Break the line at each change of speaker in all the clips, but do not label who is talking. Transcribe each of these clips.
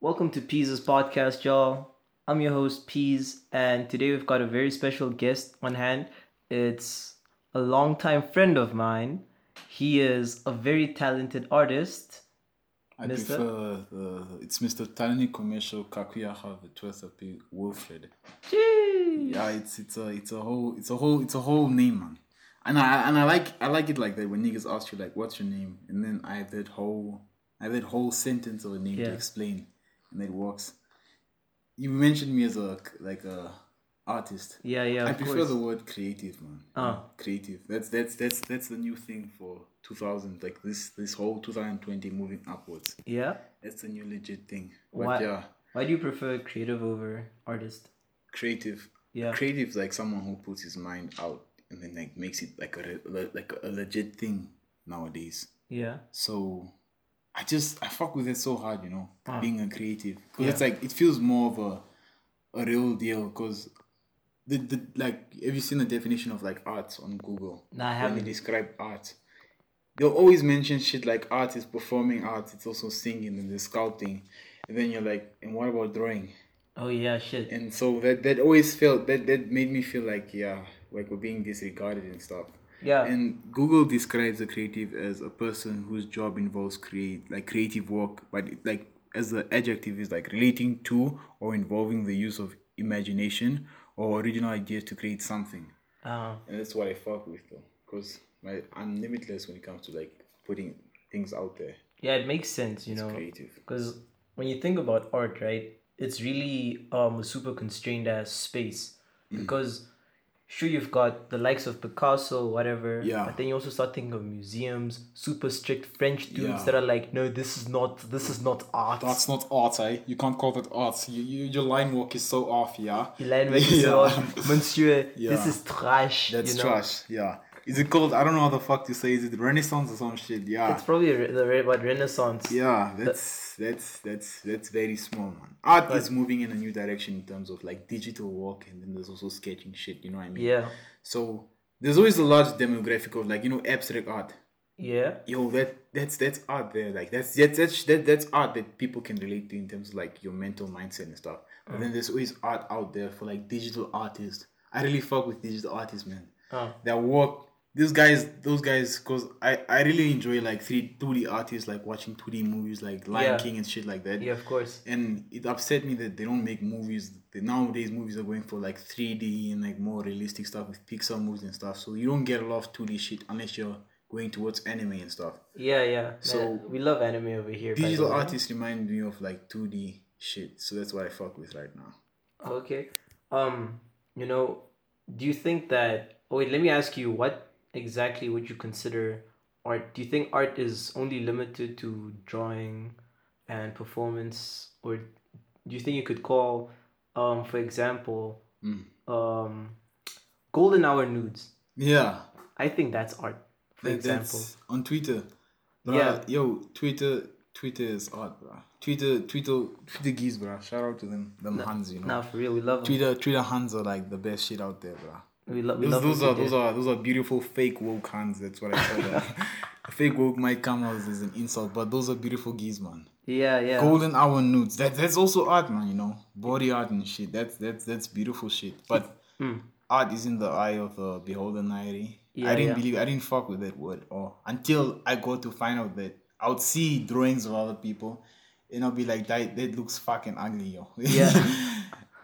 welcome to Pease's podcast, y'all. I'm your host, Pease, and today we've got a very special guest on hand. It's a longtime friend of mine. He is a very talented artist.
I
Mr.
prefer the, it's Mr. Tani Commercial Kakuyaha the twelfth of P- Wilfred.
Jeez.
Yeah, it's it's a it's a whole it's a whole it's a whole name, man. And I and I like I like it like that when niggas ask you like what's your name, and then I have that whole I have that whole sentence of a name
Yeah.
to explain, and it works. You mentioned me as a like a artist.
Yeah, yeah,
I
of
prefer
course.
the word creative, man.
Ah.
Creative. That's that's that's that's the new thing for 2000. Like this this whole 2020 moving upwards.
Yeah.
That's a new legit thing. But
Why-
yeah,
Why do you prefer creative over artist?
creative.
Yeah.
Creative is like someone who puts his mind out and then like makes it like a re- le- like a legit thing nowadays.
Yeah.
So I just I fuck with it so hard, you know,
Ah.
being a creative because
Yeah.
it's like it feels more of a a real deal because. The, the, like have you seen the definition of like art on google
Nah, I
when they
haven't.
describe art they'll always mention shit like art is performing art it's also singing and the sculpting and then you're like and what about drawing
Oh, yeah, shit.
and so that that always felt that that made me feel like yeah like we're being disregarded and stuff
Yeah.
and google describes a creative as a person whose job involves create like creative work but it, like as the adjective is like relating to or involving the use of imagination or original ideas to create something
Uh,
and that's what i fuck with though because my i'm limitless when it comes to like putting things out there
yeah, it makes sense, you
it's
know.
creative
because when you think about art right it's really um a super constrained ass space
Mm.
because sure you've got the likes of picasso whatever
Yeah.
but then you also start thinking of museums super strict french dudes
Yeah.
that are like no this is not this is not art
That's not art, eh? You can't call that art. You, you, your line work is so off, yeah?
Your line work is so
Yeah.
odd. monsieur this
Yeah.
is trash
That's
you know?
trash, yeah. Is it called, I don't know how the fuck to say, is it Renaissance or some shit? Yeah.
it's probably re- the re- what renaissance
yeah, that's that's that's that's very small, man. Art is moving in a new direction in terms of like digital work, and then there's also sketching shit. You know what I mean?
yeah
So there's always a large demographic of like you know abstract art.
yeah
yo that that's that's art there like that's that's that's that, that's art that people can relate to in terms of like your mental mindset and stuff but
Mm.
then there's always art out there for like digital artists i really fuck with digital artists man
Oh.
that work these guys those guys because i i really enjoy like 3 2d artists like watching 2d movies like lion
Yeah.
king and shit like that
yeah of course
and it upset me that they don't make movies. That nowadays, movies are going for like 3D and like more realistic stuff with Pixar movies and stuff. So you don't get a lot of 2D shit unless you're going towards anime and stuff.
yeah yeah
So-
Man, we love anime over here by the
Digital
way.
artists remind me of like 2D shit. So that's what I fuck with right now.
Okay. Um, you know, do you think that oh wait, let me ask you what exactly would you consider art? Do you think art is only limited to drawing and performance or do you think you could call um for example
Mm.
um golden hour nudes?
Yeah.
I think that's art. For
That- that's
example.
on Twitter. Bruh,
Yeah.
Yo, Twitter. Twitter is art, bro. Twitter, Twitter, Twitter geese, bro. Shout out to them, them hands, you know.
Now for real, we love 'em.
Twitter, Twitter hands are like the best shit out there, bro.
we, lo- we
Those,
love
those
what
are
they
those
do.
are those are beautiful fake woke hands. That's what I call them. fake woke might come out as an insult, but those are beautiful geese, man.
Yeah, yeah.
Golden hour nudes. That that's also art, man. You know, body art and shit. That's that's that's beautiful shit. But
Mm.
art is in the eye of the beholder, Nairi.
Yeah,
I didn't
yeah.
believe. I didn't fuck with that word. Or until I got to find out that I would see drawings of other people, and I'll be like, that that looks fucking ugly, yo.
Yeah.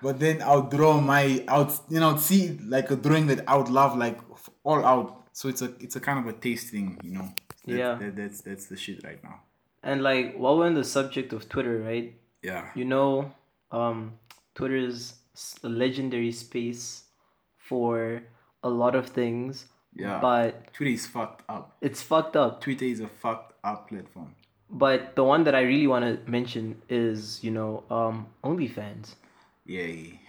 But then I'll draw my out, you know, see like a drawing that I would love, like f- all out. So it's a it's a kind of a taste thing, you know. That-
Yeah.
that, that's that's the shit right now.
And like while we're on the subject of Twitter, right?
Yeah,
you know, um, Twitter is s- a legendary space for a lot of things,
yeah.
but
Twitter is fucked up.
it's fucked up.
Twitter is a fucked up platform.
But the one that I really want to mention is, you know, um, OnlyFans.
Yay.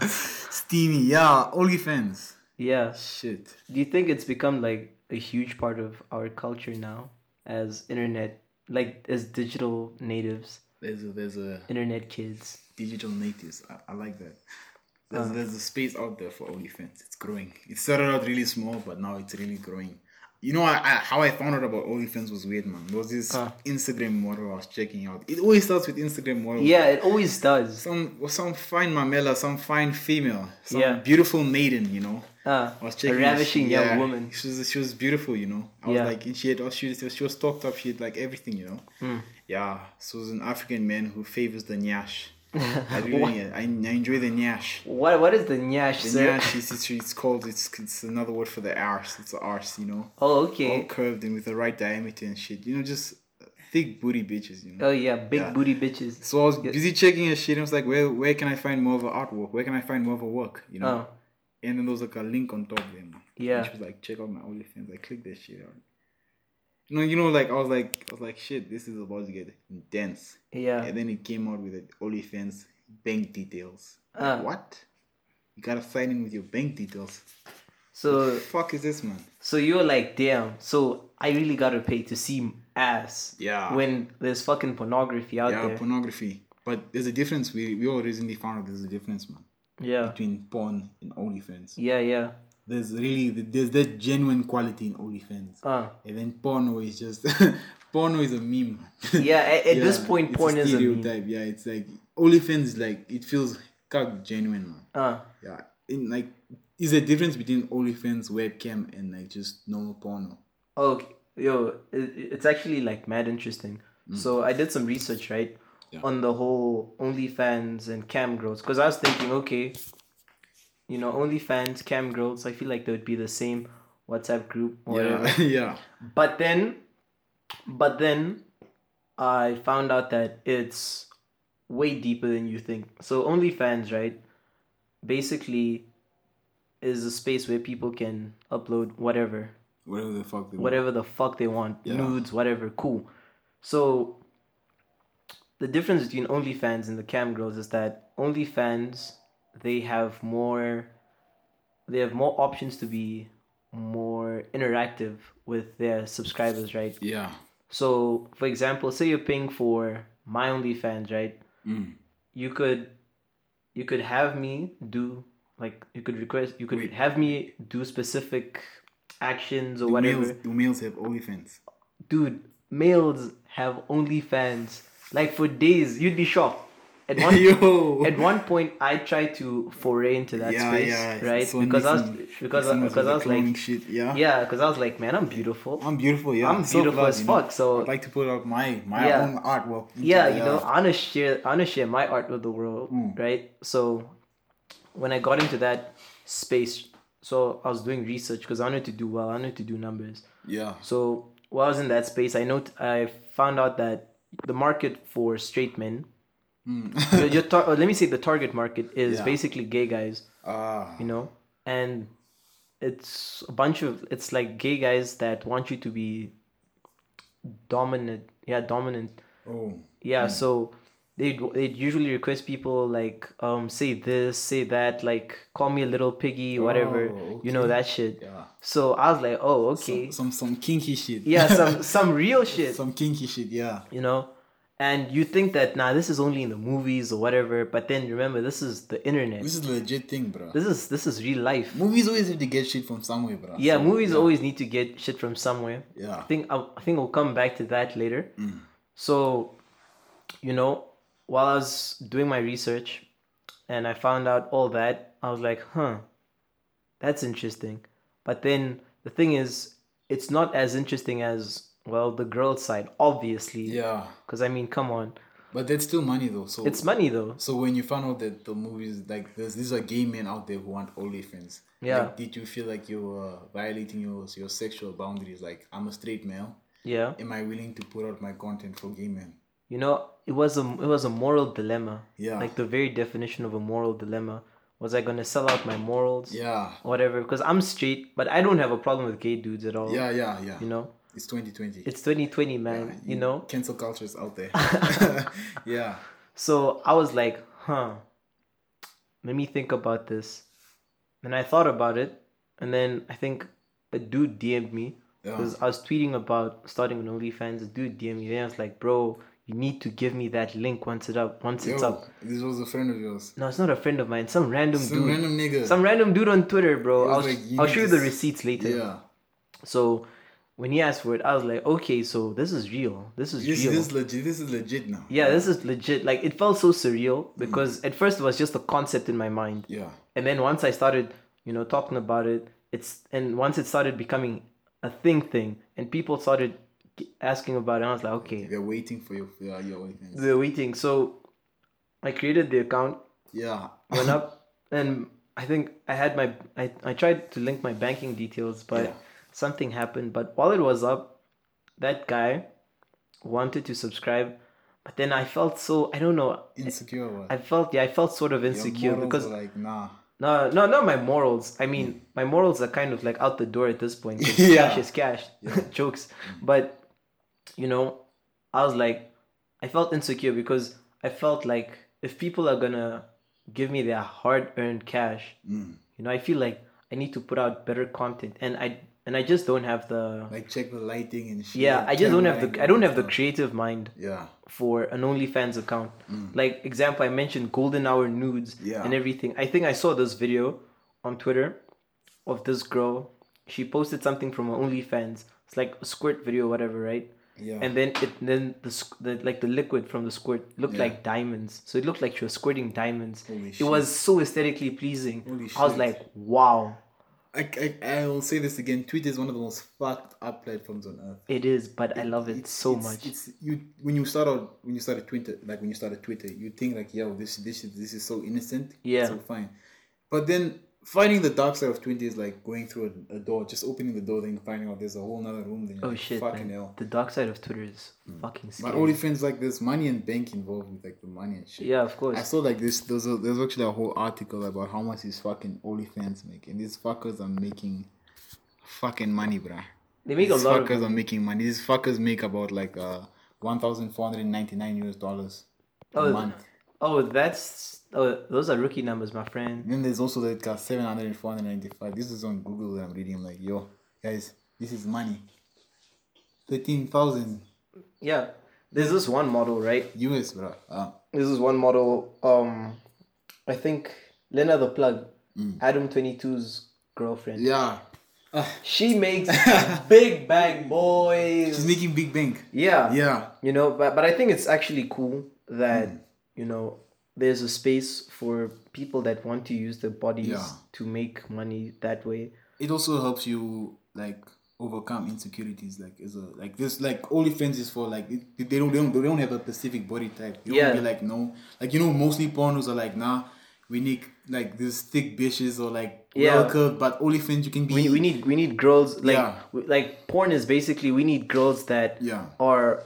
Steamy, yeah. OnlyFans.
Yeah.
Shit.
Do you think it's become like a huge part of our culture now as internet, like as digital natives,
There's a there's a
internet kids?
digital natives. I, I like that. There's, there's a space out there for OnlyFans. It's growing. It started out really small, but now it's really growing. You know, I, I, how I found out about OnlyFans was weird, man. There was this
Huh.
Instagram model I was checking out. It always starts with Instagram model.
Yeah, it always does.
Some some fine mamela, some fine female, some
Yeah.
beautiful maiden, you know.
Uh,
I was
a
checking. her-
ravishing young
yeah,
woman.
She was she was beautiful, you know. I was
Yeah.
like, and she had oh, she was, she was stocked up. She had like everything, you know.
Hmm.
Yeah, so was an African man who favors the nyash. I really I, I enjoy the nyash.
What what is the nyash,
The
sir?
nyash is it's, it's called it's it's another word for the arse. It's the arse, you know,
Oh
all
okay.
curved and with the right diameter and shit. You know, just thick booty bitches, you know.
Oh yeah, big
Yeah.
booty bitches.
So I was busy checking her shit. and I was like, where where can I find more of her artwork? Where can I find more of her work? You know.
Oh.
And then there was like a link on top of them.
Yeah.
And she was like, check out my OnlyFans. I clicked that shit out. No, you know, like I was like, I was like, shit, this is about to get intense.
Yeah.
And then it came out with the OnlyFans bank details.
Uh,
What? You gotta sign in with your bank details.
so
fuck is this, man?
so you're like, damn, so I really gotta pay to see ass.
Yeah.
When there's fucking pornography out
yeah,
there.
pornography. But there's a difference. We we all recently found out there's a difference, man,
yeah.
between porn and OnlyFans.
Yeah, yeah.
There's really there's that genuine quality in OnlyFans.
Uh.
And then porno is just porno is a meme. man.
Yeah, at, at this
Yeah,
point
it's
porn is a meme.
stereotype. Yeah, it's like OnlyFans is like it feels kind genuine, man.
Uh.
Yeah, in like is a difference between OnlyFans webcam and like just normal porno.
Oh, Okay, yo, it, it's actually like mad interesting. So I did some research, right,
Mm. Yeah.
on the whole OnlyFans and cam girls, because I was thinking, okay, you know, OnlyFans, cam girls, I feel like they would be the same WhatsApp group, or whatever.
Yeah, yeah,
But then, but then, I found out that it's way deeper than you think. So OnlyFans, right, basically, is a space where people can upload whatever
whatever the fuck they want.
whatever the fuck they want,
Mm-hmm. Yeah.
nudes, whatever, cool. So the difference between OnlyFans and the cam girls is that OnlyFans they have more they have more options to be more interactive with their subscribers, right?
Yeah,
So for example, say you're paying for my OnlyFans, right?
Mm.
You could you could have me do like you could request you could
Wait.
have me do specific actions or
the
whatever
males the males have OnlyFans.
dude, males have OnlyFans. Like for days, you'd be shocked. At one
Yo,
at one point, I tried to foray into that
yeah,
space,
yeah,
right?
so
because I was
Nixon-
because
Nixon
I,
was
because
with
I
the
was like
cloning shit. Yeah,
yeah, because I was like, man, I'm beautiful.
I'm beautiful. Yeah,
I'm
so
beautiful
glad,
as
you know.
fuck, so-
I'd like to put out my my
Yeah.
own artwork. into
yeah,
the,
you know,
uh,
I wanna share I wanna share my art with the world,
Hmm.
right? So when I got into that space, so I was doing research because I wanted to do well. I wanted to do numbers.
Yeah,
So while I was in that space, I note I found out that the market for straight men, your, your tar- or let me say the target market is
Hmm. Yeah.
basically gay guys,
ah,
you know, and it's a bunch of it's like gay guys that want you to be dominant, yeah, dominant,
oh,
yeah. So they they usually request people like um say this, say that, like call me a little piggy, whatever,
Oh,
you know that shit.
yeah.
So I was like, oh okay,
Some some kinky shit.
yeah, some some real shit.
some kinky shit. Yeah.
you know and you think that nah this is only in the movies or whatever but then remember this is the internet
This is a legit thing, bro.
this is this is real life
Movies always need to get shit from somewhere, bro.
yeah movies always need to get shit from somewhere
Yeah.
i think I'll, i think we'll come back to that later so you know while i was doing my research and i found out all that i was like huh that's interesting but then the thing is it's not as interesting as well the girl side obviously
Yeah.
because i mean come on
But that's still money though. So
it's money though
so when you found out that the movies like there's these are gay men out there who want OnlyFans.
Yeah.
Like, did you feel like you were violating your your sexual boundaries? Like I'm a straight male.
Yeah,
Am I willing to put out my content for gay men?
you know, it was a it was a moral dilemma.
Yeah.
Like the very definition of a moral dilemma. Was I gonna sell out my morals?
Yeah.
Whatever, because I'm straight, but I don't have a problem with gay dudes at all.
Yeah, yeah, yeah.
Oh. You know,
It's 2020.
it's 2020, man. you, know,
cancel culture is out there. yeah.
so I was like, huh. Let me think about this, and I thought about it, and then I think a dude DM'd me
Yeah.
because I was tweeting about starting an OnlyFans. A dude DM'd me, and I was like, bro, you need to give me that link once it up once it's up.
Yo, this was a friend of yours.
No, it's not a friend of mine. Some random
Some
dude.
random nigga.
Some random dude on Twitter, bro.
was
I'll,
like, you
I'll
need
show you
to
the
s-
receipts later.
yeah.
So when he asked for it, I was like, okay, so this is real. This is
This,
real.
this is legit. This is legit now.
yeah, this is legit. Like it felt so surreal because at first it was just a concept in my mind.
Yeah.
And then once I started, you know, talking about it, it's and once it started becoming a thing thing and people started g- asking about it, I was like, okay,
They're waiting for your yeah, your awakening.
they're waiting. So I created the account,
Yeah.
went up and I think I had my I, I tried to link my banking details but
Yeah.
something happened but while it was up that guy wanted to subscribe but then I felt so I don't know
Insecure. what?
I felt yeah I felt sort of
Your
insecure
morals
because
are like nah.
no no not my morals I mean my morals are kind of like out the door at this point 'cause
Yeah.
cash is cash jokes but you know I was like I felt insecure because I felt like if people are gonna give me their hard earned cash
Mm.
you know i feel like i need to put out better content and i and i just don't have the
Like check the lighting and shit.
yeah i just don't have the
camera
i don't have the
angle and
creative mind
stuff. Yeah.
for an onlyfans account like example i mentioned golden hour nudes
Mm. Yeah.
and everything i think i saw this video on twitter of this girl she posted something from her onlyfans it's like a squirt video whatever right
Yeah.
and then it then the, squ- the like the liquid from the squirt looked
Yeah.
like diamonds so it looked like she was squirting diamonds
Holy
it
shit.
was so aesthetically pleasing
Holy
i was
shit.
like wow
I, I I will say this again. Twitter is one of the most fucked up platforms on earth.
It is, but I love it
It's-
so
it's-
much.
It's you when you start out when you started Twitter, like when you started Twitter, you think like, yo, this this is this is so innocent,
Yeah.
so fine. But then finding the dark side of Twitter is like going through a, a door, just opening the door, then finding out there's a whole nother room. Then you're
oh
like,
shit,
fucking Mm.
man.
hell.
The dark side of Twitter is fucking
My
scary.
only friends like there's money and bank involved with like the money and shit.
yeah, of
I
course.
saw like this. There's a, there's actually a whole article about how much these fucking OnlyFans make, and these fuckers are making fucking money, bruh.
They make a
these
lot of
fuckers are making money. These fuckers make about like uh one thousand four hundred ninety nine US dollars a
Oh.
month.
Oh, that's oh, those are rookie numbers, my friend.
And then there's also uh, that got 700 and 495. This is on Google that I'm reading. I'm like, yo, guys, this is money. 13,000
Yeah. There's this one model, right?
US, bro. Uh,
This is one model, um I think Lena the Plug, Adam 22's girlfriend.
Mm. yeah. Ah,
She makes big bang boys.
she's making big bank.
yeah.
Yeah. Mm.
you know but, but i think it's actually cool that you know there's a space for people that want to use their bodies
Yeah.
to make money that way
it also helps you like overcome insecurities like is a like this like OnlyFans is for like it, they don't they don't they don't have a specific body type. You
Yeah.
don't be like no like you know mostly pornos are like nah we need like these thick bitches or like
Yeah.
well curved but OnlyFans you can be
we, we need we need girls like
Yeah.
we- like porn is basically we need girls that
Yeah.
are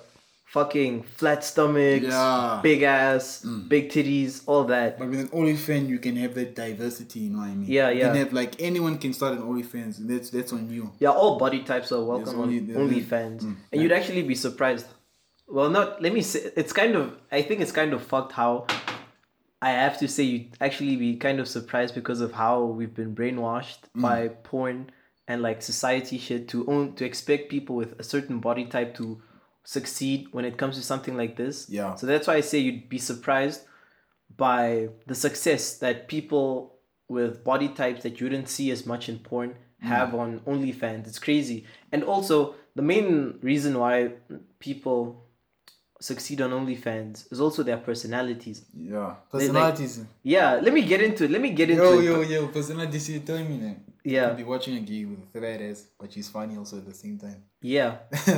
fucking flat stomachs
Yeah. Mm.
big ass big titties all that
but with an OnlyFans you can have that diversity, you know what I mean?
Yeah,
You
yeah.
can have like anyone can start an OnlyFans. and That's that's on you.
yeah all body types are welcome
only- Mm.
on
there-
OnlyFans and you'd actually be surprised well not let me say it's kind of i think it's kind of fucked how I have to say, you'd actually be kind of surprised because of how we've been brainwashed by porn and like society shit to own to expect people with a certain body type to succeed when it comes to something like this.
Yeah.
So that's why I say you'd be surprised by the success that people with body types that you didn't see as much in porn have on OnlyFans. It's crazy. And also the main reason why people succeed on OnlyFans is also their personalities.
Yeah. Personalities.
Yeah, let me get into it. Let me get into
yo,
it.
yo, yo, personalities you tell me that.
Yeah,
I'll be watching a gig with a thread ass, but she's funny also at the same time.
yeah,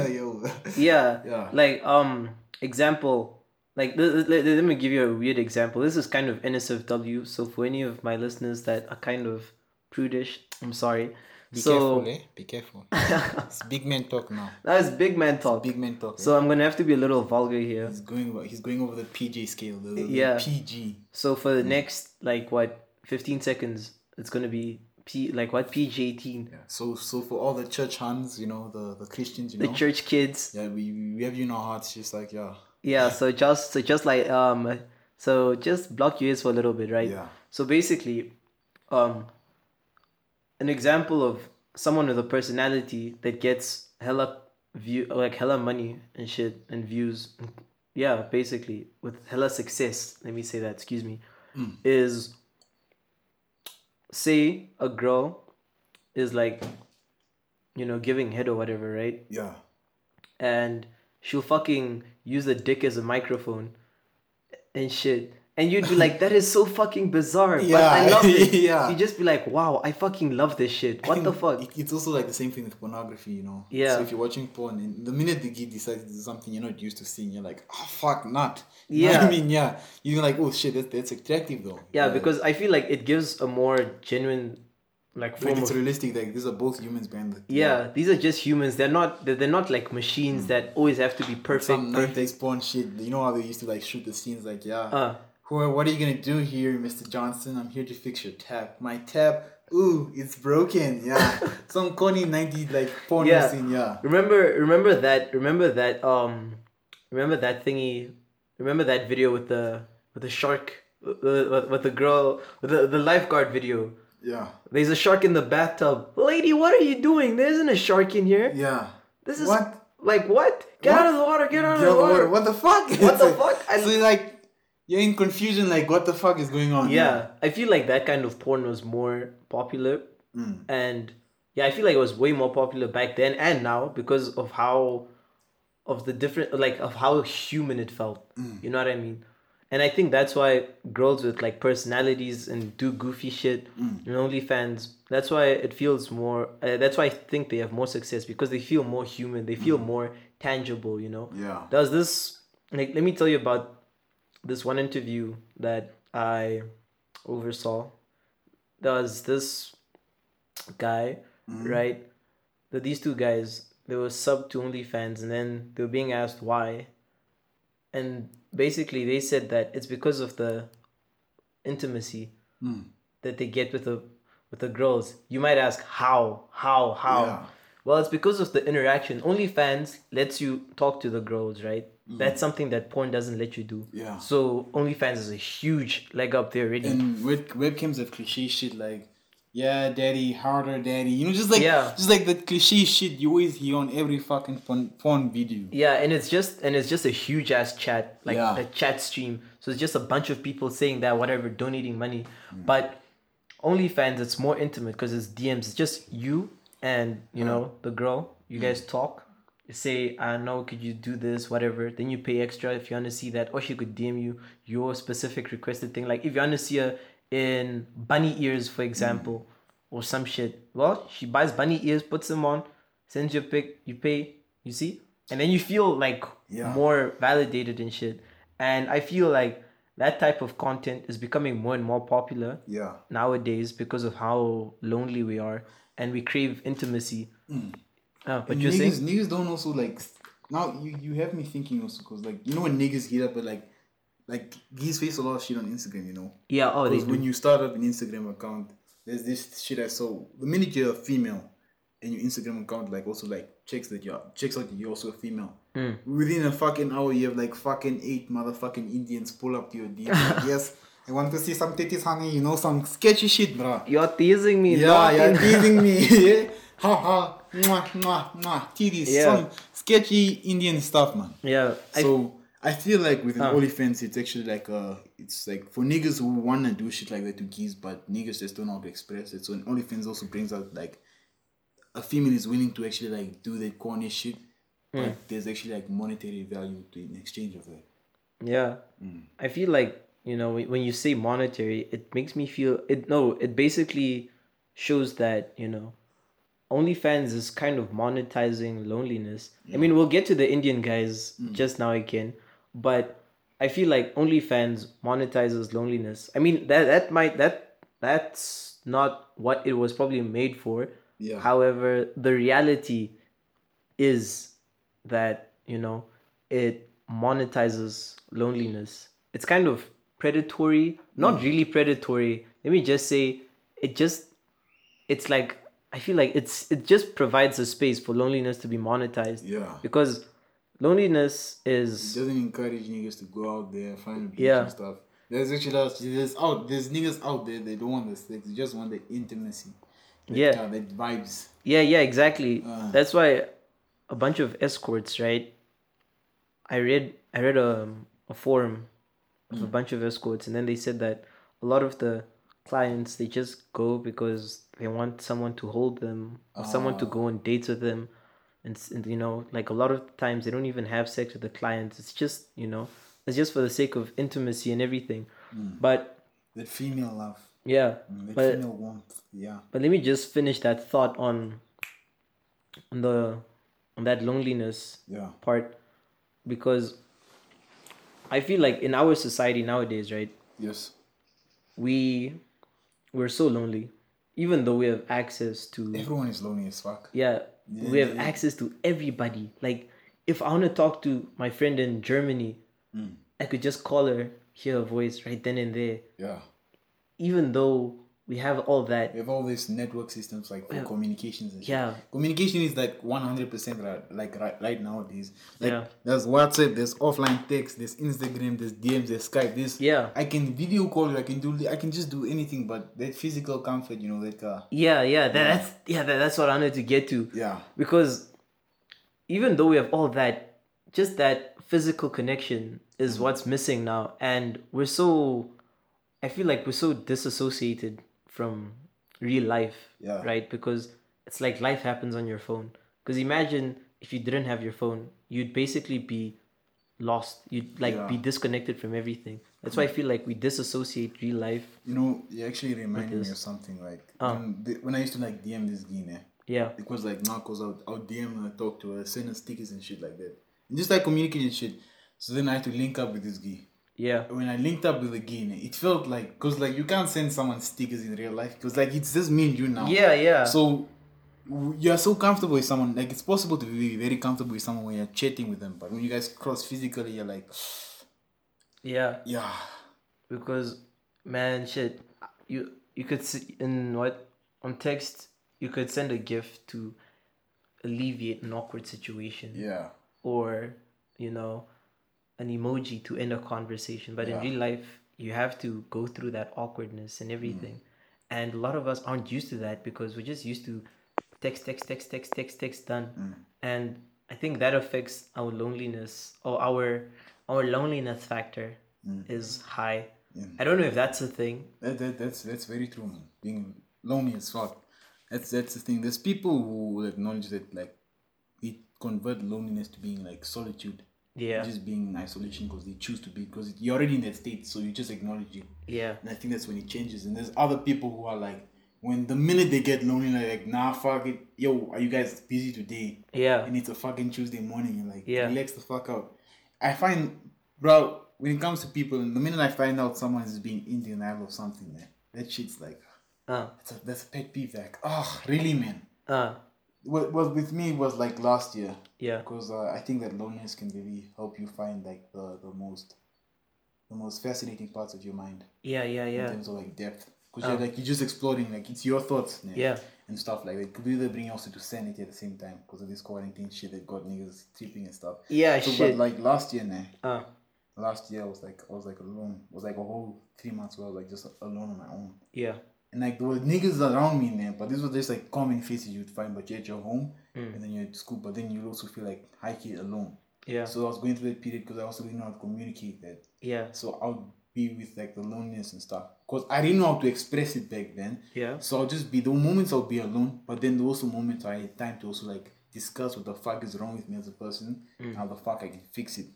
yo.
yeah,
Yeah.
Like, um, example, like, let, let, let me give you a weird example. This is kind of NSFW, so for any of my listeners that are kind of prudish, I'm sorry.
Be
so,
careful, eh? Be careful. it's big man talk now.
that is big man talk.
Big man talk. eh?
so, I'm gonna have to be a little vulgar here.
he's going over, he's going over the PJ scale. The, the
Yeah.
PG.
So, for
Mm.
the next, like, what, 15 seconds, it's gonna be P, like, what, PJ18,
So so for all the church hands, you know, the, the Christians, you know.
the church kids.
yeah, we, we have you in our hearts, just like yeah.
Yeah, so just so just like um so just block your ears for a little bit, right?
Yeah.
So basically, um an example of someone with a personality that gets hella view like hella money and shit and views yeah, basically with hella success, let me say that, excuse me, is say a girl is like you know, giving head or whatever, right?
Yeah.
And she'll fucking use the dick as a microphone and shit. And you'd be like, that is so fucking bizarre. But I
Yeah,
love it.
yeah.
You'd just be like, wow, I fucking love this shit. What the fuck?
It- It's also like the same thing with pornography, you know.
Yeah.
So if you're watching porn, and the minute the gee decides to do something you're not used to seeing, you're like, oh fuck, not. You know what
Yeah.
I mean, yeah. You're like, oh shit, that's, that's attractive though.
Yeah, because I feel like it gives a more genuine, like,
Like,
form
it's
of.
realistic. Like these are both humans behind the.
Yeah, these are just humans. They're not. They're, they're not like machines that always have to be perfect.
Hmm. Some
perfect.
nineties porn shit. You know how they used to like shoot the scenes like, yeah.
Uh.
Who are- what are you gonna do here, Mr. Johnson? I'm here to fix your tap. My tap. Ooh, it's broken. Yeah. Some corny ninety like porn
Yeah.
scene. Yeah.
Remember, remember that. Remember that. Um, remember that thingy. Remember that video with the with the shark with, with, with the girl with the, the lifeguard video.
Yeah.
There's a shark in the bathtub. Lady, what are you doing? There isn't a shark in here.
Yeah.
This is
what?
like what? Get out of the water! Get out
Yo,
of the water!
What the fuck?
What the fuck?
so you're like, you're in confusion, like, what the fuck is going on?
Yeah, I feel like that kind of porn was more popular, and yeah, I feel like it was way more popular back then and now because of how, of the different like of how human it felt. You know what I mean? And I think that's why girls with like personalities and do goofy shit and OnlyFans. That's why it feels more. Uh, that's why I think they have more success because they feel more human. They feel more tangible. You know.
Yeah.
There was this. Like, let me tell you about this one interview that I oversaw. There was this guy, right? That these two guys, they were sub to OnlyFans, and then they were being asked why, and basically they said that it's because of the intimacy that they get with the with the girls. You might ask how, how, how.
Yeah.
Well, it's because of the interaction. OnlyFans lets you talk to the girls, right? That's something that porn doesn't let you do.
Mm. Yeah.
So OnlyFans is a huge leg up there already.
And web- webcams have cliche shit like, yeah, daddy, harder, daddy. You know, just like,
Yeah.
just like the cliche shit you always hear on every fucking porn, porn video.
yeah, and it's just and it's just a huge ass chat, like
Yeah.
a chat stream. So it's just a bunch of people saying that whatever, donating money.
Mm.
But OnlyFans, it's more intimate because it's DMs. It's just you and you know the girl. You guys talk. You Say, I know, could you do this, whatever. Then you pay extra if you want to see that, or she could DM you your specific requested thing. Like if you want to see her in bunny ears, for example, or some shit. Well, she buys bunny ears, puts them on, sends you a pic, you pay, you see, and then you feel like
Yeah.
more validated and shit. And I feel like that type of content is becoming more and more popular
Yeah.
nowadays because of how lonely we are and we crave intimacy. Oh, but you're
Hmm. niggas,
saying
niggas don't also like. s- Now you, you have me thinking also because like you know when niggas heat up at like, like geese face a lot of shit on Instagram. You know.
yeah, oh they
Because
do.
when you start up an Instagram account, there's this shit I saw. The minute you're a female, and your Instagram account like also like checks that you're checks out that you're also a female.
Hmm.
Within a fucking hour, you have like fucking eight motherfucking Indians pull up to your DM. like, yes, I want to see some titties, honey. You know some sketchy shit, bruh.
You're teasing me.
Yeah,
not
you're
in-
teasing me. ha ha, mwah, mwah, mwah, titties.
Yeah.
Some sketchy Indian stuff, man.
yeah. I,
So I feel like with an OnlyFans, it's actually like uh, it's like for niggas who wanna do shit like that to geese, but niggas just don't know how to express it. So an OnlyFans also brings out like a female is willing to actually like do that corny shit, but there's actually like monetary value to in exchange of that.
yeah. I feel like, you know, when when you say monetary, it makes me feel it no, it basically shows that, you know, OnlyFans is kind of monetizing loneliness. I mean, we'll get to the Indian guys just now again, but I feel like OnlyFans monetizes loneliness. I mean, that that might that that's not what it was probably made for.
Yeah.
However, the reality is that you know it monetizes loneliness. It's kind of predatory, not really predatory. Let me just say, it just it's like I feel like it's it just provides a space for loneliness to be monetized
Yeah.
because loneliness
It
is
doesn't encourage niggas to go out there find a beach
Yeah.
and stuff. There's actually lots- there's out there's niggas out there they don't want the sex, they just want the intimacy. That,
Yeah.
uh, that vibes.
yeah yeah exactly. That's why a bunch of escorts right. I read um, I read a a forum of a bunch of escorts and then they said that a lot of the clients they just go because they want someone to hold them or someone to go on dates with them and, s- and you know like a lot of times they don't even have sex with the clients it's just you know it's just for the sake of intimacy and everything but
That female love,
yeah
that
but
female warmth. Yeah.
but let me just finish that thought on on the on that loneliness
Yeah.
part because i feel like in our society nowadays right
Yes.
we we're so lonely even though we have access to
Everyone is lonely as fuck.
yeah we have access to everybody like if i want to talk to my friend in germany i could just call her hear her voice right then and there
Yeah.
even though we have all that
We have all these network systems like for communications and shit.
yeah
Communication is like one hundred percent like right, right nowadays. Like
Yeah.
there's WhatsApp, there's offline text, there's Instagram, there's DMs, there's Skype. This
Yeah.
I can video call you. I can do. I can just do anything. But that physical comfort, you know, like uh,
yeah yeah that, that's yeah that, that's what i wanted to get to
yeah,
because even though we have all that just that physical connection is what's missing now and we're so i feel like we're so disassociated from real life
Yeah.
right because it's like life happens on your phone because imagine if you didn't have your phone you'd basically be lost you'd like be disconnected from everything that's why i feel like we disassociate real life
you know, you actually reminded me of something like
Oh.
when, the, when I used to like DM this guy,
yeah
It was like Narcos. I would, I would DM and I'd talk to her, send her stickers and shit like that, and just like communicating and shit. So then I had to link up with this guy.
yeah
when I linked up with the Guinea, it felt like because like you can't send someone stickers in real life because like it's just me and you now.
yeah yeah
So w- you are so comfortable with someone. Like it's possible to be very comfortable with someone when you're chatting with them, but when you guys cross physically, you're like,
yeah
yeah,
because man shit you you could see in what on text you could send a gift to alleviate an awkward situation
yeah,
or you know an emoji to end a conversation but in real life you have to go through that awkwardness and everything
Mm.
and a lot of us aren't used to that because we're just used to text text text text text text done
Mm.
and i think that affects our loneliness or our our loneliness factor
Mm.
is high i don't know if that's a thing
that, that that's that's very true. Man. Being lonely as fuck. That's that's the thing. There's people who will acknowledge that like they convert loneliness to being like solitude.
yeah
Just being in isolation because they choose to be because you're already in that state, so you just acknowledge it.
yeah
And I think that's when it changes. And there's other people who are like, when the minute they get lonely, they're like, nah, fuck it. Yo, are you guys busy today?
yeah
And it's a fucking Tuesday morning. And like,
Yeah.
relax the fuck out. I find, bro, when it comes to people, the minute I find out someone is being in denial of something, man, that shit's like,
uh,
that's a, that's a pet peeve. Like, oh, really, man?
uh,
What was with me was like last year.
yeah
Because uh, I think that loneliness can really help you find like the, the most, the most fascinating parts of your mind
yeah yeah yeah Um,
in terms of like depth because you're like you're just exploring like it's your thoughts yeah,
Yeah.
and stuff like that could either bring also to sanity at the same time because of this quarantine shit that got niggas tripping and stuff
yeah
so
shit
but like last year nah,
uh,
last year I was like I was like alone it was like a whole three months where I was like just alone on my own
yeah
and like there was niggas around me man but this was just like common faces you'd find but you're at your home
Mm.
and then you're at school but then you also feel like high key alone
yeah
so I was going through that period because I also didn't know how to communicate that
yeah
so I'll be with like the loneliness and stuff because I didn't know how to express it back then.
Yeah.
So I'll just be the moments I'll be alone, but then there also moments I had time to also like discuss what the fuck is wrong with me as a person, and how the fuck I can fix it.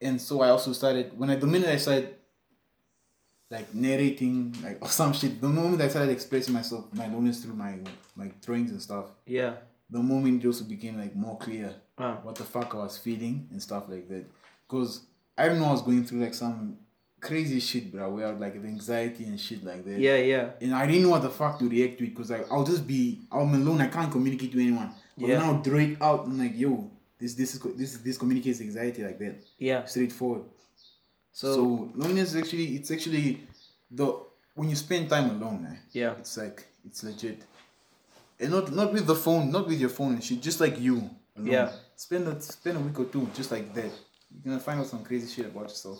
And so I also started when I the minute I started like narrating like or some shit, the moment I started expressing myself my loneliness through my my drawings and stuff,
yeah
the moment it also became like more clear
Ah.
what the fuck I was feeling and stuff like that. Because I don't know, I was going through like some crazy shit, bro, where like the anxiety and shit like that.
yeah yeah
And I didn't know what the fuck to react to it because like I'll just be I'm alone, I can't communicate to anyone. But
Yeah.
then I'll draw it out and like, yo, this this is co- this this communicates anxiety like that.
yeah
Straightforward.
so,
So loneliness is actually it's actually the when you spend time alone, eh,
Yeah.
it's like it's legit, and not not with the phone, not with your phone and shit, just like you. Alone.
Yeah.
Spend a spend a week or two just like that. You're gonna find out some crazy shit about yourself.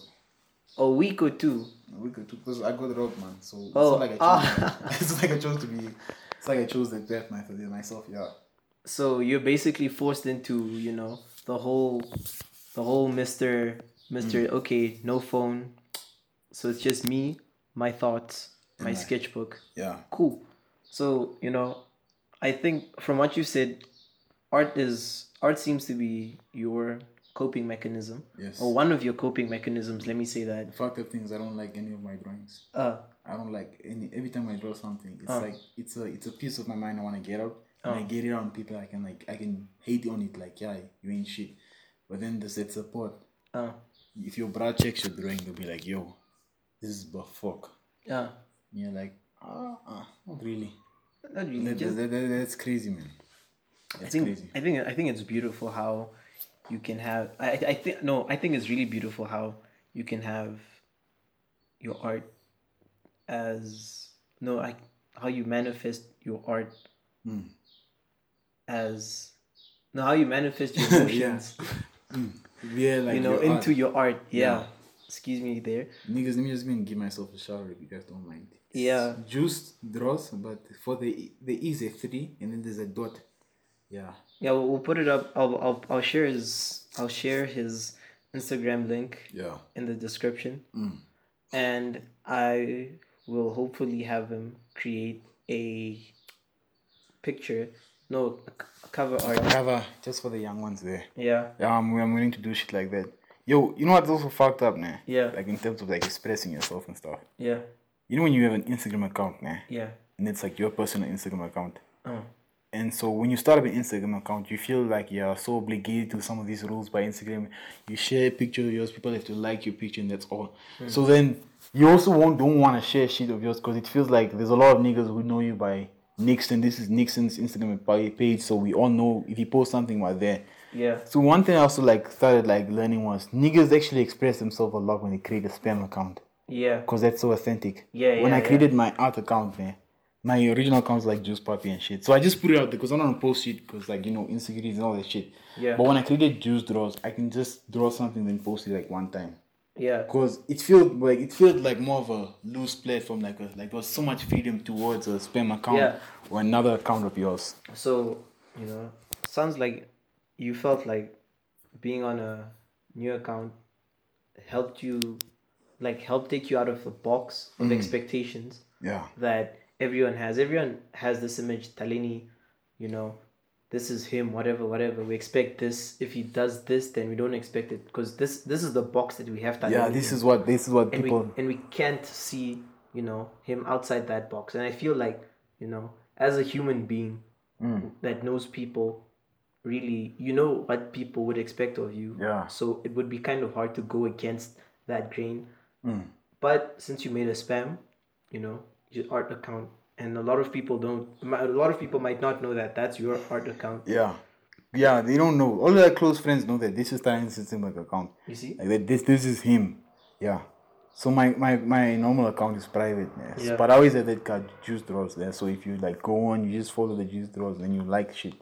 a week or two
A week or two, because I got robbed, man. So it's
Oh,
not like I chose.
ah.
it's not like I chose to be. It's like I chose the death method in myself. Yeah.
so you're basically forced into you know the whole the whole mr mr okay no phone so it's just me my thoughts my sketchbook.
Yeah.
Cool. So, you know, I think from what you said, art is art seems to be your coping mechanism.
Yes.
Or one of your coping mechanisms, let me say that.
The fact of things, I don't like any of my drawings.
Uh
I don't like any. Every time I draw something, it's
Oh.
like it's a it's a piece of my mind I want to get out, and I get it out, and people I can like I can hate on it like yeah you ain't shit, but then there's that support.
uh
If your brother checks your drawing, they'll be like yo, this is but fuck.
yeah.
And you're like ah, ah not really.
Not really.
That,
just-
that, that- that's crazy, man.
I
That's
think
crazy.
I think I think it's beautiful how you can have I I- I think no, I think it's really beautiful how you can have your art as no, I how you manifest your art
Mm.
as no, how you manifest your emotions,
Yeah, like
you know,
your
into
art.
your art. Yeah. Excuse me there.
niggas. Let me just go and give myself a shower if you guys don't mind.
Yeah.
Juice draws, but for the there is a three, and then there's a dot. Yeah.
Yeah, we'll, we'll put it up. I'll, I'll I'll share his I'll share his Instagram link.
Yeah.
in the description. And I will hopefully have him create a picture, no, a c- a cover art.
Cover just for the young ones there.
Yeah,
Yeah, I'm, I'm willing to do shit like that. Yo, you know what's also fucked up, man?
Yeah.
Like in terms of like expressing yourself and stuff.
yeah,
You know when you have an Instagram account, man,
yeah.
and it's like your personal Instagram account.
Oh.
And so when you start up an Instagram account, you feel like you're so obligated to some of these rules by Instagram. You share a picture of yours, people have to like your picture, and that's all. So then you also won't don't want to share shit of yours because it feels like there's a lot of niggas who know you by Nixon. This is Nixon's Instagram pa- page, so we all know if you post something, we're there.
Yeah.
So one thing I also like started like learning was niggas actually express themselves a lot when they create a spam account
Yeah,
because that's so authentic.
Yeah,
When
yeah,
I created my art account, man, my original account was like Juice Puppy and shit. So I just put it out there because I don't wanna post shit because like you know insecurities and all that shit.
Yeah.
But when I created Juice draws, I can just draw something then post it like one time.
yeah,
Cause it felt like it felt like more of a loose platform, like a, like there was so much freedom towards a spam account
Yeah.
or another account of yours.
So, you know, sounds like you felt like being on a new account helped you, like, helped take you out of the box of expectations.
Yeah.
that everyone has. Everyone has this image, Talini, you know, this is him, whatever, whatever. We expect this. If he does this, then we don't expect it because this this is the box that we have Talini.
Yeah, this is what this is what
and we
people
and we can't see, you know, him outside that box. And I feel like, you know, as a human being
Mm.
that knows people really you know what people would expect of you
Yeah.
so it would be kind of hard to go against that grain
Mm.
but since you made a spam you know your art account and a lot of people don't a lot of people might not know that that's your art account
Yeah. Yeah, they don't know. All their close friends know that this is Tarin's Systemic account.
you see
Like that this this is him. Yeah. So my, my, my normal account is private, yes.
Yeah.
But I always have that card juice draws there. So if you like go on, you just follow the juice draws and you like shit.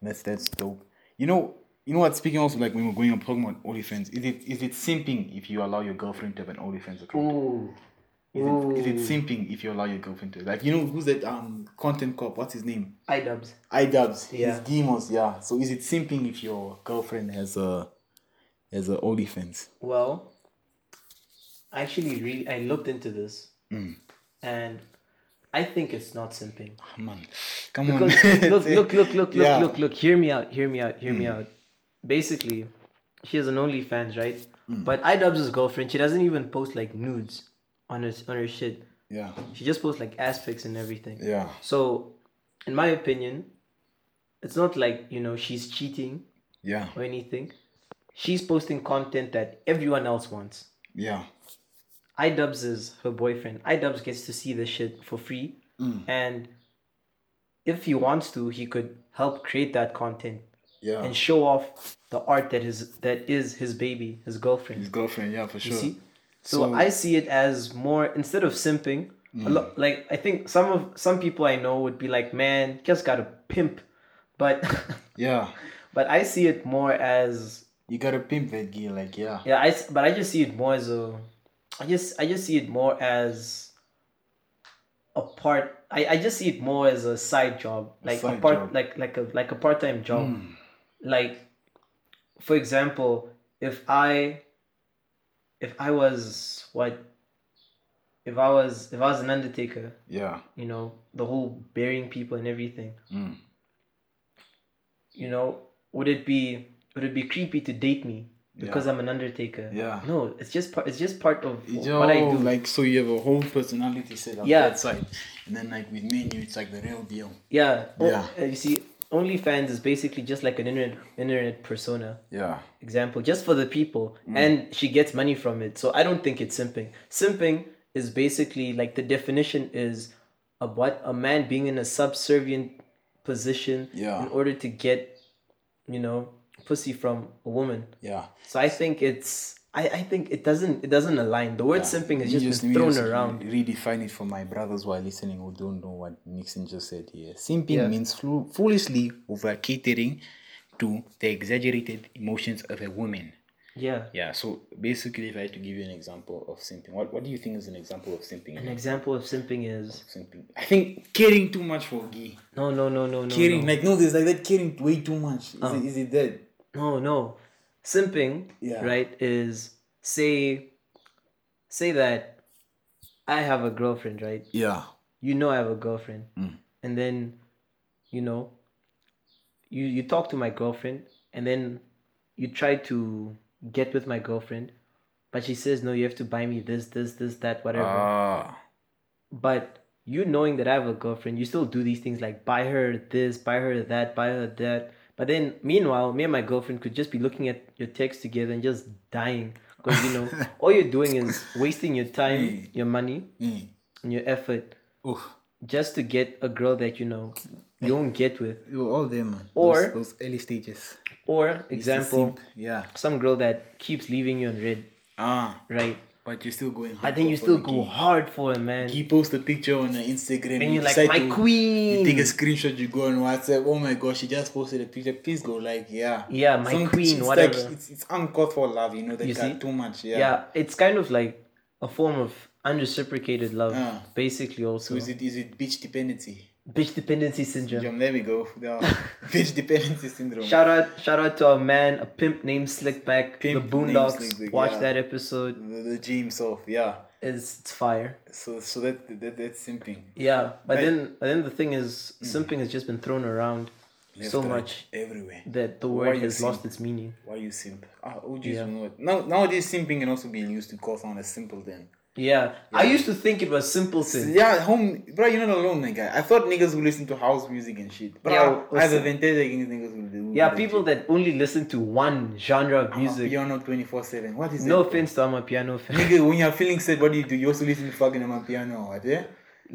And that's that's dope. You know you know what speaking also like when we're going on talking about OnlyFans, is it is it simping if you allow your girlfriend to have an OnlyFans account?
Ooh.
Is it, is it simping if you allow your girlfriend to like you know who's that um content cop, what's his name?
idubs Yeah.
iDubbbz, yeah. his demos, yeah. So is it simping if your girlfriend has a has a OnlyFans?
well I actually really i looked into this
Hmm.
and i think it's not simping
Come on, come on.
Because look, look, look, look,
Yeah. Hmm.
look, look, look. Hear me out. Hear me out. Hear me out. Basically, she has an OnlyFans, right?
Hmm.
But iDubbbz's girlfriend, she doesn't even post like nudes on her on her shit.
Yeah,
She just posts like ass pics and everything.
yeah,
So, in my opinion, it's not like you know she's cheating
yeah,
or anything. She's posting content that everyone else wants.
yeah,
Idubs is her boyfriend. Idubs gets to see this shit for free,
Mm.
and if he wants to, he could help create that content
yeah.
and show off the art that his that is his baby, his girlfriend.
His girlfriend, yeah, for sure.
See, so,
So- Mm.
I see it as more instead of simping. A lo- like I think some of some people I know would be like, man, just gotta pimp, but
Yeah,
but I see it more as
you gotta pimp that gear, like yeah,
Yeah, I s- but I just see it more as a, I just I just see it more as a part. I, I just see it more as a side job, like a,
side
part,
job.
like like a like a part time job. Like, for example, if I, if I was what, if I was if I was an undertaker,
Yeah.
you know, the whole burying people and everything,
Mm.
you know, would it be would it be creepy to date me because I'm an undertaker?
Yeah.
Ah, No, it's just part. It's just part of
Yo,
what I do.
like so you have a whole personality set up
Yeah.
outside, and then like with me and you, it's like the real deal.
yeah. O-
Yeah.
uh, you see, OnlyFans is basically just like an internet internet persona
Yeah.
example, just for the people, and she gets money from it. So I don't think it's simping. Simping is basically like the definition is a what a man being in a subservient position
Yeah.
in order to get, you know, pussy from a woman.
Yeah.
So I think it's I, I think it doesn't it doesn't align. The word simping has
You
just,
you
been thrown
just
around.
Redefine it for my brothers who are listening who don't know what Nixon just said here. Simping
Yeah.
means flu- foolishly over catering to the exaggerated emotions of a woman.
Yeah.
Yeah, so basically, if I had to give you an example of simping, what, what do you think is an example of simping?
An example of simping is
Simping. I think caring too much for Guy.
no no no no no
Caring,
no.
like no, there's like that caring way too much.
Ah.
Is, it, is it that?
no no simping
Yeah.
right is say say that i have a girlfriend right
Yeah.
you know i have a girlfriend and then you know you you talk to my girlfriend and then you try to get with my girlfriend but she says no you have to buy me this this this that whatever
Ah.
but you knowing that I have a girlfriend, you still do these things like buy her this, buy her that, buy her that. But then, meanwhile, me and my girlfriend could just be looking at your texts together and just dying because you know all you're doing is wasting your time, your money,
Mm.
and your effort
Oof.
just to get a girl that you know you don't get with.
all them, man.
Or-
those, early stages.
Or example,
Yeah.
some girl that keeps leaving you in red,
Ah.
right?
But you're still going.
But then you still go hard for it, man.
He posts a picture on her Instagram.
And
you
you're like
decide
my
to-
queen.
You take a screenshot, you go on WhatsApp. Oh my gosh, she just posted a picture. Please go like, yeah,
Yeah, my queen,
It's
whatever.
Like, it's, it's uncalled for love, you know. They
You
got
see?
too much. Yeah.
yeah. it's kind of like a form of unreciprocated love
Yeah.
basically also
So is it is it bitch dependency?
bitch dependency syndrome
Jom, there we go. The bitch dependency syndrome.
shout out shout out to our man a pimp named slickback
Pimp
the
named
boondocks
Slickback,
watch
yeah.
that episode
the, the G himself. Yeah.
it's, it's fire
So so that, that that's simping.
yeah but
Right.
then but then the thing is simping has just been thrown around
Hmm. Left,
so
right,
much
everywhere.
that the
Why
word
you
has
simp?
lost its meaning
Why you simp? Ah, OGs
Yeah.
will know it. Now nowadays simping can also be used to call someone as simple then.
yeah, i used to think it was simpleton
Yeah, home, bro. You're not alone, nigga. I thought niggas would listen to house music and shit. But
Yeah,
I, I have a
listen.
vendetta against niggas who do.
yeah people that only listen to one genre of music
Piano twenty four seven. What is
no
it?
offense to i'm a piano fan
Nigga, when you're feeling sad, what do you do? You also listen to fucking on piano, what? Yeah.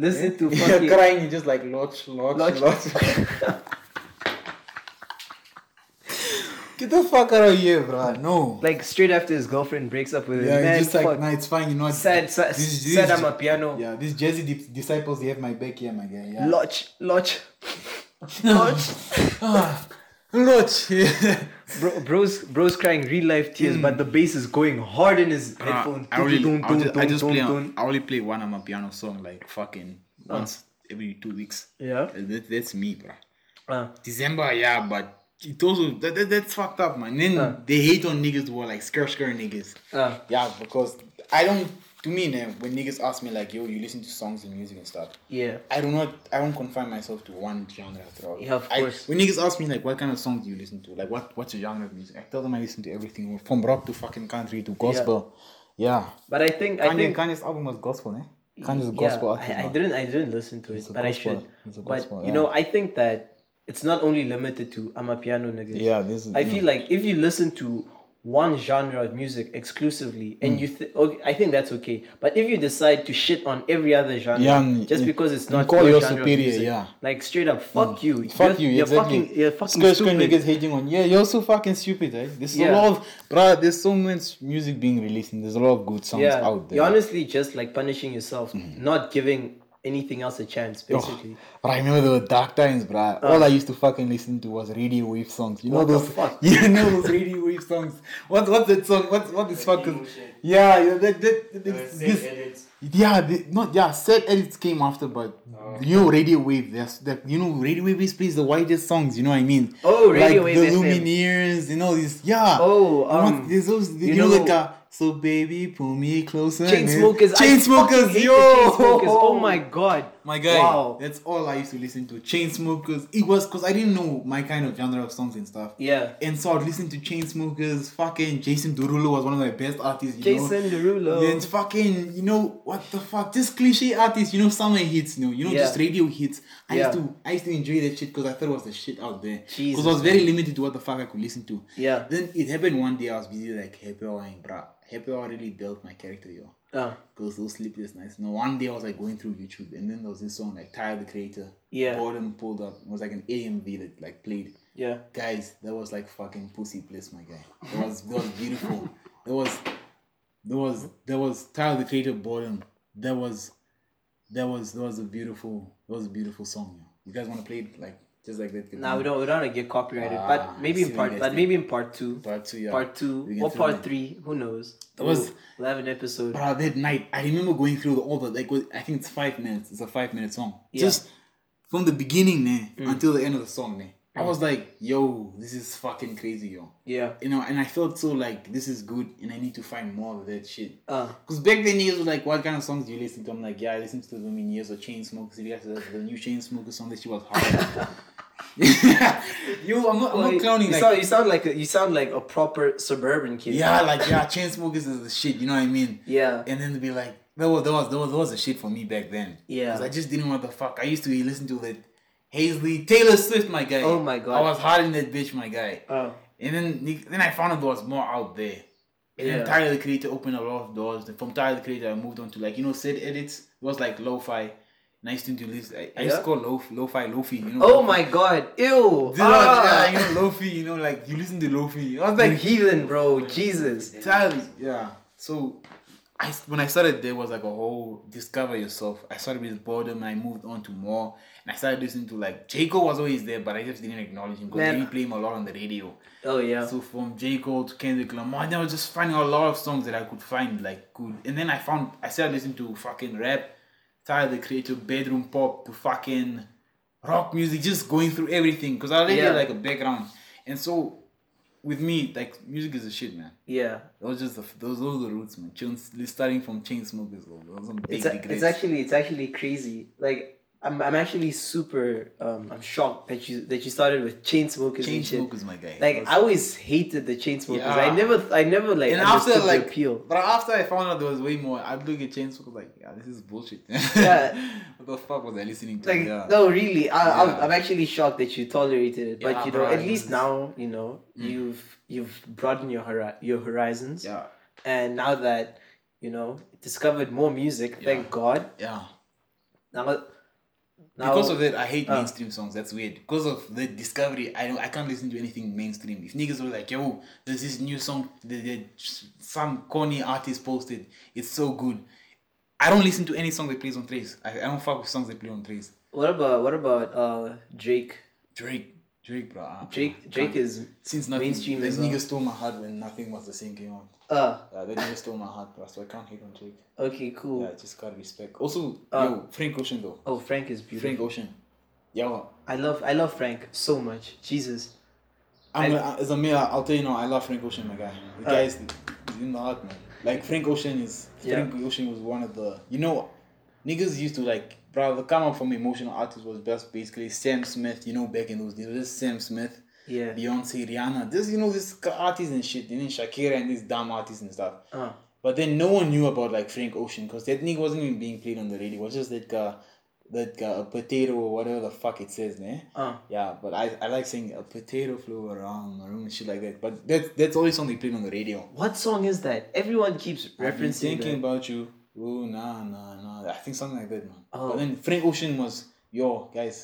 listen to
You're
fucking
crying. You just like lodge, lodge,
Lodge.
lodge. Get the fuck out of here, bro. No.
like straight after his girlfriend breaks up with him,
Yeah,
man,
it's just like,
fuck.
nah, it's fine. You know, what?
Sad- sad- sad I'm a piano.
Yeah, these Jersey di- disciples, they have my back here, my guy. Yeah.
lodge, lodge, lodge.
Ah, lodge.
Bro, bro's, bro's crying real life tears,
Hmm.
but the bass is going hard in his headphone.
I, only,
Dun, dun,
I, just, I
dun,
just
dun,
play.
dun.
I only play one Amapiano song like fucking once every two weeks.
Yeah.
And That, that's me, bruh.
Uh,
December, yeah, but it also that, that, that's fucked up, man. Then they hate on niggas who are like skr skr niggas.
uh,
Yeah, because I don't. To me, nah, when niggas ask me like, "Yo, you listen to songs and music and stuff,"
yeah.
I do not. I don't confine myself to one genre at all.
Yeah, of
I-
course.
when niggas ask me like, "What kind of songs do you listen to?" Like, what what's your genre of music? I tell them I listen to everything from rock to fucking country to gospel. Yeah.
But I think I
Kanye
think
Kanye's album was gospel, eh? Kanye's
yeah,
gospel.
I-
artist,
I,
man.
didn't I didn't listen to it,
a
but I
gospel.
should.
It's a
but
gospel,
you
yeah.
know, I think that it's not only limited to I'm a piano nigga.
Yeah, this is-
I feel like if you listen to one genre of music exclusively,
Hmm.
and you, th- okay, I think that's okay. But if you decide to shit on every other genre,
Yeah, and-
just because it's not
call
your
your
genre of
superior,
music,
yeah. Hmm.
like straight up, fuck you,
Fuck
you're,
you,
you're
exactly.
fucking, you're fucking
Skirt skirt
stupid.
niggas hating on. Yeah, you're so fucking stupid, eh? There's
Yeah.
a lot of, bruh, there's so much music being released and there's a lot of good songs
yeah,
out there. Hmm.
you're honestly just like punishing yourself, not giving anything else a chance, basically.
Oh,
Uh.
But I remember there were dark times, bruh. All I used to fucking listen to was radio wave songs. You know
What the
those,
fuck?
you know those radio wave songs. What what's that song? What's what is fucking? Yeah, yeah, that that, that this, yeah, the, not yeah. Set edits came after, but
Oh.
you know radio wave. There's that you know radio wave is plays the widest songs. You know what I mean?
Oh, Radio
like
Wave
the
FM.
Lumineers. You know these? Yeah.
Oh,
You know,
um,
there's those. You,
you
know,
know-
like a So baby, pull me closer.
Chain smokers. I
Chain
fucking
smokers.
hate the
Yo.
Chainsmokers, Oh my god.
My guy.
Wow.
That's all I used to listen to. Chain smokers. It was because I didn't know my kind of genre of songs and stuff.
Yeah.
And so I'd listen to Chainsmokers. Fucking Jason Derulo was one of my best artists. You know?
Jason Derulo.
Then fucking, you know what the fuck? This cliche artist, you know, summer hits, you know, you know,
Yeah.
just radio hits. I used
Yeah.
to, I used to enjoy that shit because I thought it was the shit out there. Because
Jesus,
I was very limited to what the fuck I could listen to.
Yeah.
Then it happened one day. I was busy like happy hour and bruh. Happy hour really built my character, yo.
Uh,
Because those sleepless nights. No, one day I was like going through YouTube, and then there was this song like Tyler the Creator.
Yeah.
Boredom pulled up. It was like an AMV that like played
yeah.
guys that was like fucking pussy place my guy that was that was beautiful that was that was that was Tyler the Creator boredom that was that was that was a beautiful that was a beautiful song yo. you guys want to play it like just like that
Now we don't we don't wanna get copyrighted,
Ah,
but maybe
see
in
what you
part,
guys
but
did.
maybe in part two,
part two yeah
part two
We can
or
throw
part
that.
three, who knows?
That was-
Ooh, we'll have an episode.
Bro, that night, I remember going through all the like. I think it's five minutes. It's a five minute song.
Yeah. Mm.
Just from the beginning, man, until the end of the song, man. I was like, "Yo, this is fucking crazy, yo."
Yeah.
You know, and I felt so like this is good, and I need to find more of that shit.
Uh
Cause back then niggas was like, what kind of songs do you listen to? I'm like, yeah, I listen to them in years or chain smokers. If you guys that's the new chain smoker song that she was hard. you, I'm not, I'm not clowning.
You,
Like,
sound, you sound like a, you sound like a proper suburban kid.
yeah, like yeah, chain smokers is the shit. You know what I mean?
Yeah.
And then to be like, that was that was that was that was the shit for me back then.
Yeah.
'Cause I just didn't want the fuck. I used to listen to like Hazley Taylor Swift, my guy.
Oh my God.
I was hard in that bitch, my guy.
Uh,
And then then I found out there was more out there. And
Yeah.
then Tyler the Creator opened a lot of doors. Then from Tyler the Creator, I moved on to like you know said edits. It was like lo-fi. Nice thing to listen. I, I used
Yeah.
to call lo lo-fi lofi. You know.
oh my god. Ew.
This is what-
Ah,
yeah, you know lofi. You know like you listen to lofi. I was
you
like
heathen, bro. Jesus.
Tyler, yeah. So, I when I started there was like a whole discover yourself. I started with boredom and I moved on to more. And I started listening to like Jaco was always there, but I just didn't acknowledge him because
Man.
they didn't play him a lot on the radio.
Oh yeah.
So from J Cole to Kendrick Lamar, and I was just finding a lot of songs that I could find like good. And then I found I started listening to fucking rap, Tyler the Creator, bedroom pop to fucking rock music, just going through everything because I already
Yeah.
had like a background. And so with me, like music is a shit, man.
Yeah.
Those just the, those those are the roots, man. Chains, starting from chain smokers, though. Those are some big
It's, a,
regrets.
it's actually it's actually crazy. Like I'm, I'm actually super um I'm shocked that you that you started with chain smokers
chain
and shit.
smokers, my guy.
Like
Those-
I always hated the chain smokers. I
Yeah.
never I never like
and
understood
after like,
the appeal.
but after I found out there was way more, I'd look at chain smokers like, yeah, this is bullshit.
Yeah.
what the fuck was I listening to?
Like
yeah.
no, really, I, I'm,
Yeah.
I'm actually shocked that you tolerated it. But
Yeah,
you know,
bro,
at
it
least
was-
now you know you've you've broadened your hori- your horizons,
Yeah.
and now that you know discovered more music, thank God.
Yeah.
Now, now
Because of that, I hate
uh.
mainstream songs. That's weird. Because of the discovery, I don't, I can't listen to anything mainstream. If niggas were like, yo, there's this new song that, that some corny artist posted. It's so good. I don't listen to any song that plays on Trace. I, I don't fuck with songs that play on Trace.
what about what about uh Drake?
Drake, Drake, bro. I-
Drake Drake is
Since nothing,
mainstream
that
as
nigga
well.
stole my heart when nothing was the same came out.
uh
Uh, that nigga stole my heart, bro. So I can't hate on Drake.
okay cool.
Yeah, I just gotta respect. Also,
Uh,
yo, Frank Ocean though.
Oh Frank is beautiful.
Frank Ocean. Yo,
I love I love Frank so much. Jesus.
I'm gonna, as a male, I'll tell you now, I love Frank Ocean, my guy.
Uh,
The guy is he's in the heart, man. Like Frank Ocean is
Yeah.
Frank Ocean was one of the you know, niggas used to like bro. The come up from emotional artists was just basically Sam Smith. You know, back in those days, just Sam Smith,
Yeah.
Beyonce, Rihanna. This you know, this artists and shit. And then Shakira and these dumb artists and stuff.
Uh,
But then no one knew about like Frank Ocean because that nigga wasn't even being played on the radio. It was just that guy, that guy, a potato or whatever the fuck it says, man.
uh.
Yeah, but I, I like saying a potato flew around my room and shit like that. But that that's always something they played on the radio.
What song is that? Everyone keeps
I've been
referencing.
thinking
that.
about you. Ooh, nah, nah, nah. I think something like that, man.
Oh.
But then Frank Ocean was yo guys,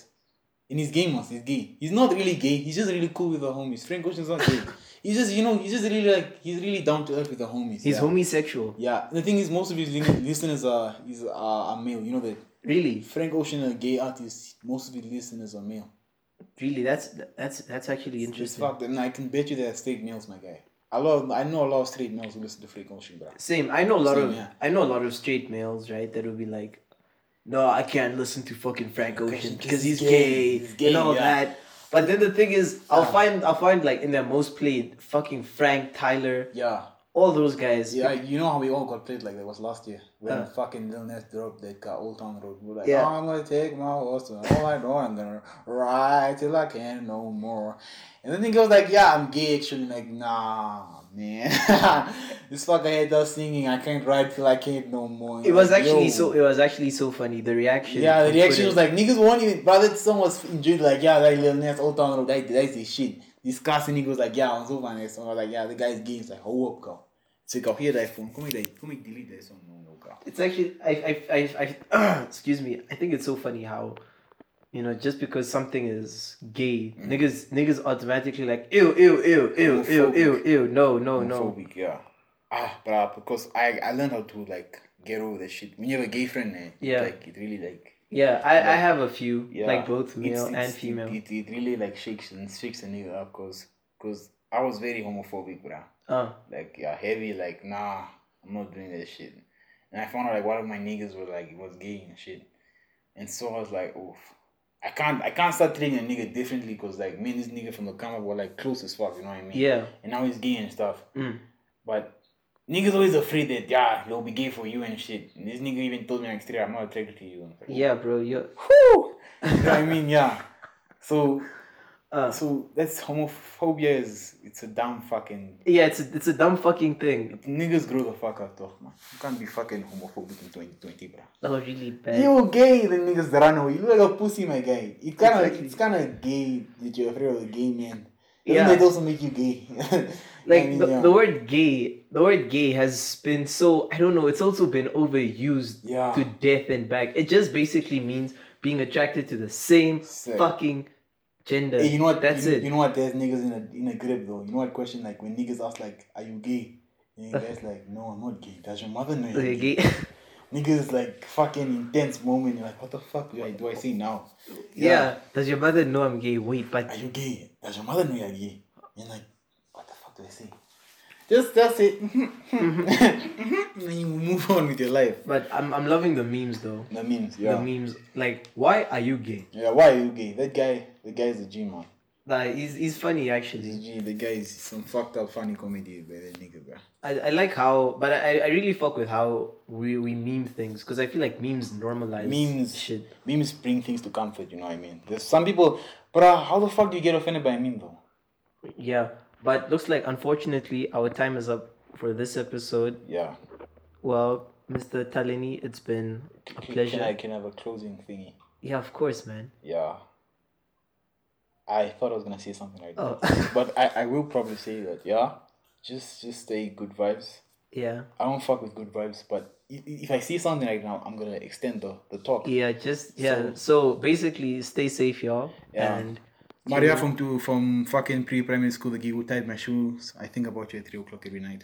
in his game was he's gay. He's not really gay. He's just really cool with the homies. Frank Ocean's not gay. he's just you know he's just really like he's really down to earth with the homies.
He's
yeah.
homosexual.
Yeah, the thing is, most of his lin- listeners are is uh, are male. You know that
Really,
Frank Ocean, a gay artist, most of his listeners are male.
really, that's that's that's actually
It's
interesting.
fucked, and I can bet you they're straight males, my guy. A lot, I know a lot of straight males who listen to Frank Ocean, bro.
Same. I know a lot
Same,
of
yeah.
I know a lot of straight males, right? That will be like, no, I can't listen to fucking Frank Ocean because he's gay,
He's gay,
and all
yeah. Ah.
that. But then the thing is, I'll find I'll find like in their most played fucking Frank Tyler,
Yeah,
all those guys.
Yeah, you know how we all got played like that was last year when
Yeah.
fucking Lil Nas dropped that car Old Town Road. We're like,
Yeah.
oh, I'm gonna take my horse and all I know, I'm gonna ride till I can no more. And then he goes like, yeah, I'm gay actually. Like, nah, man, this fucker head us singing. I can't ride till I can't no more. And
It was
like,
actually
yo.
so. It was actually so funny. The reaction.
Yeah, the
on
reaction
Twitter.
was like niggas won't even. But that song was enjoyed. Like, yeah, that Lil Nas Old Town Road, that that's the shit. Discussing niggas like, yeah, I'm so fine. That song, I was like, yeah, the guy's gay. It's like, hold up, girl. So go hear that phone. Come here, come here, delete that song. No, no, girl.
It's actually I I I, I excuse me. I think it's so funny how, you know, just because something is gay,
Mm.
niggas niggas automatically like ew ew ew ew ew ew
Homophobic.
ew. No Oh, no no.
Homophobic, yeah. Ah, but because I I learned how to like get over the shit. When you have a gay friend, eh,
Yeah.
like it really like
Yeah, I I have a few
yeah,
like both
It's-
male
it's-
and female.
It, it, it really like shakes and shakes a nigga up, cause cause I was very homophobic, bruh.
Uh,
like yeah, heavy, like nah, I'm not doing that shit. And I found out like one of my niggas was like was gay and shit, and so I was like, oof, I can't I can't start treating a nigga differently because like me and this nigga from the camp were like close as fuck, you know what I mean?
yeah.
And now he's gay and stuff,
Mm.
but niggas always afraid that yeah he'll be gay for you and shit. And this nigga even told me like straight, I'm not attracted to you. I was like,
Yeah, bro. You.
Whew! you know what I mean? Yeah. So
Uh,
so that's homophobia is it's a dumb fucking
yeah, it's a, it's a dumb fucking thing.
Niggas grow the fuck out though, man. You can't be fucking homophobic in 2020, bro.
That was really bad.
You gay, the niggas run away. You look like a pussy, my guy. It kind of,
Exactly.
it's kind of gay that you're afraid of a gay man.
Yeah.
Yeah. That also make you gay.
like
I mean,
the,
yeah.
the word gay the word gay has been so i don't know it's also been overused
Yeah.
to death and back it just basically means being attracted to the same
Sick.
fucking gender
Hey, you know what?
that's
you,
it
You know what? There's niggas in a in a grip though. You know what question like when niggas ask like, "Are you gay?" And the guy's like, "No, I'm not gay." Does your mother know? You're
Okay,
gay?
gay.
Niggas is like fucking intense moment. You're like, what the fuck do I, do I say now?
yeah does your mother know i'm gay wait
Are
but
you gay? Does your mother know you're gay? You're like, what the fuck do I say? Just that's it. and then you move on with your life.
but i'm, I'm loving the memes though
That means, yeah.
the memes like why are you gay
yeah, why are you gay? That guy, the guy is a G man.
like he's, he's funny actually
He's a G. The guy is some fucked up funny comedy by that nigga, bro.
I, I like how, but I, I really fuck with how we, we meme things because I feel like memes normalize
Memes,
shit.
memes bring things to comfort. You know what I mean? There's some people, bro. How the fuck do you get offended by a meme though?
Yeah, but looks like unfortunately our time is up for this episode.
Yeah.
Well, Mr. Talini, it's been a
Can-
pleasure.
Can I can I have a closing thingy?
Yeah, of course, man.
Yeah. I thought I was gonna say something like
Oh.
that. but I, I will probably say that, yeah. Just just stay good vibes.
Yeah,
I don't fuck with good vibes, but i- i- if I see something like now, I'm gonna extend the, the talk.
yeah, just yeah. So,
So-
basically, stay safe, y'all.
Yeah.
And
Maria from two from fucking pre primary school, the gig who tied my shoes. I think about you at three o'clock every night.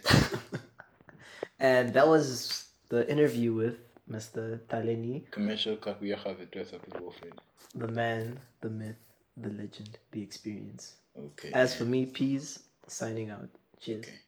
and that was the interview with Mr. Talini,
Commercial Kakuya have a dress up with girlfriend.
the man, the myth, the legend, the experience.
Okay.
As for me, peace. Signing out. Cheers.
Okay.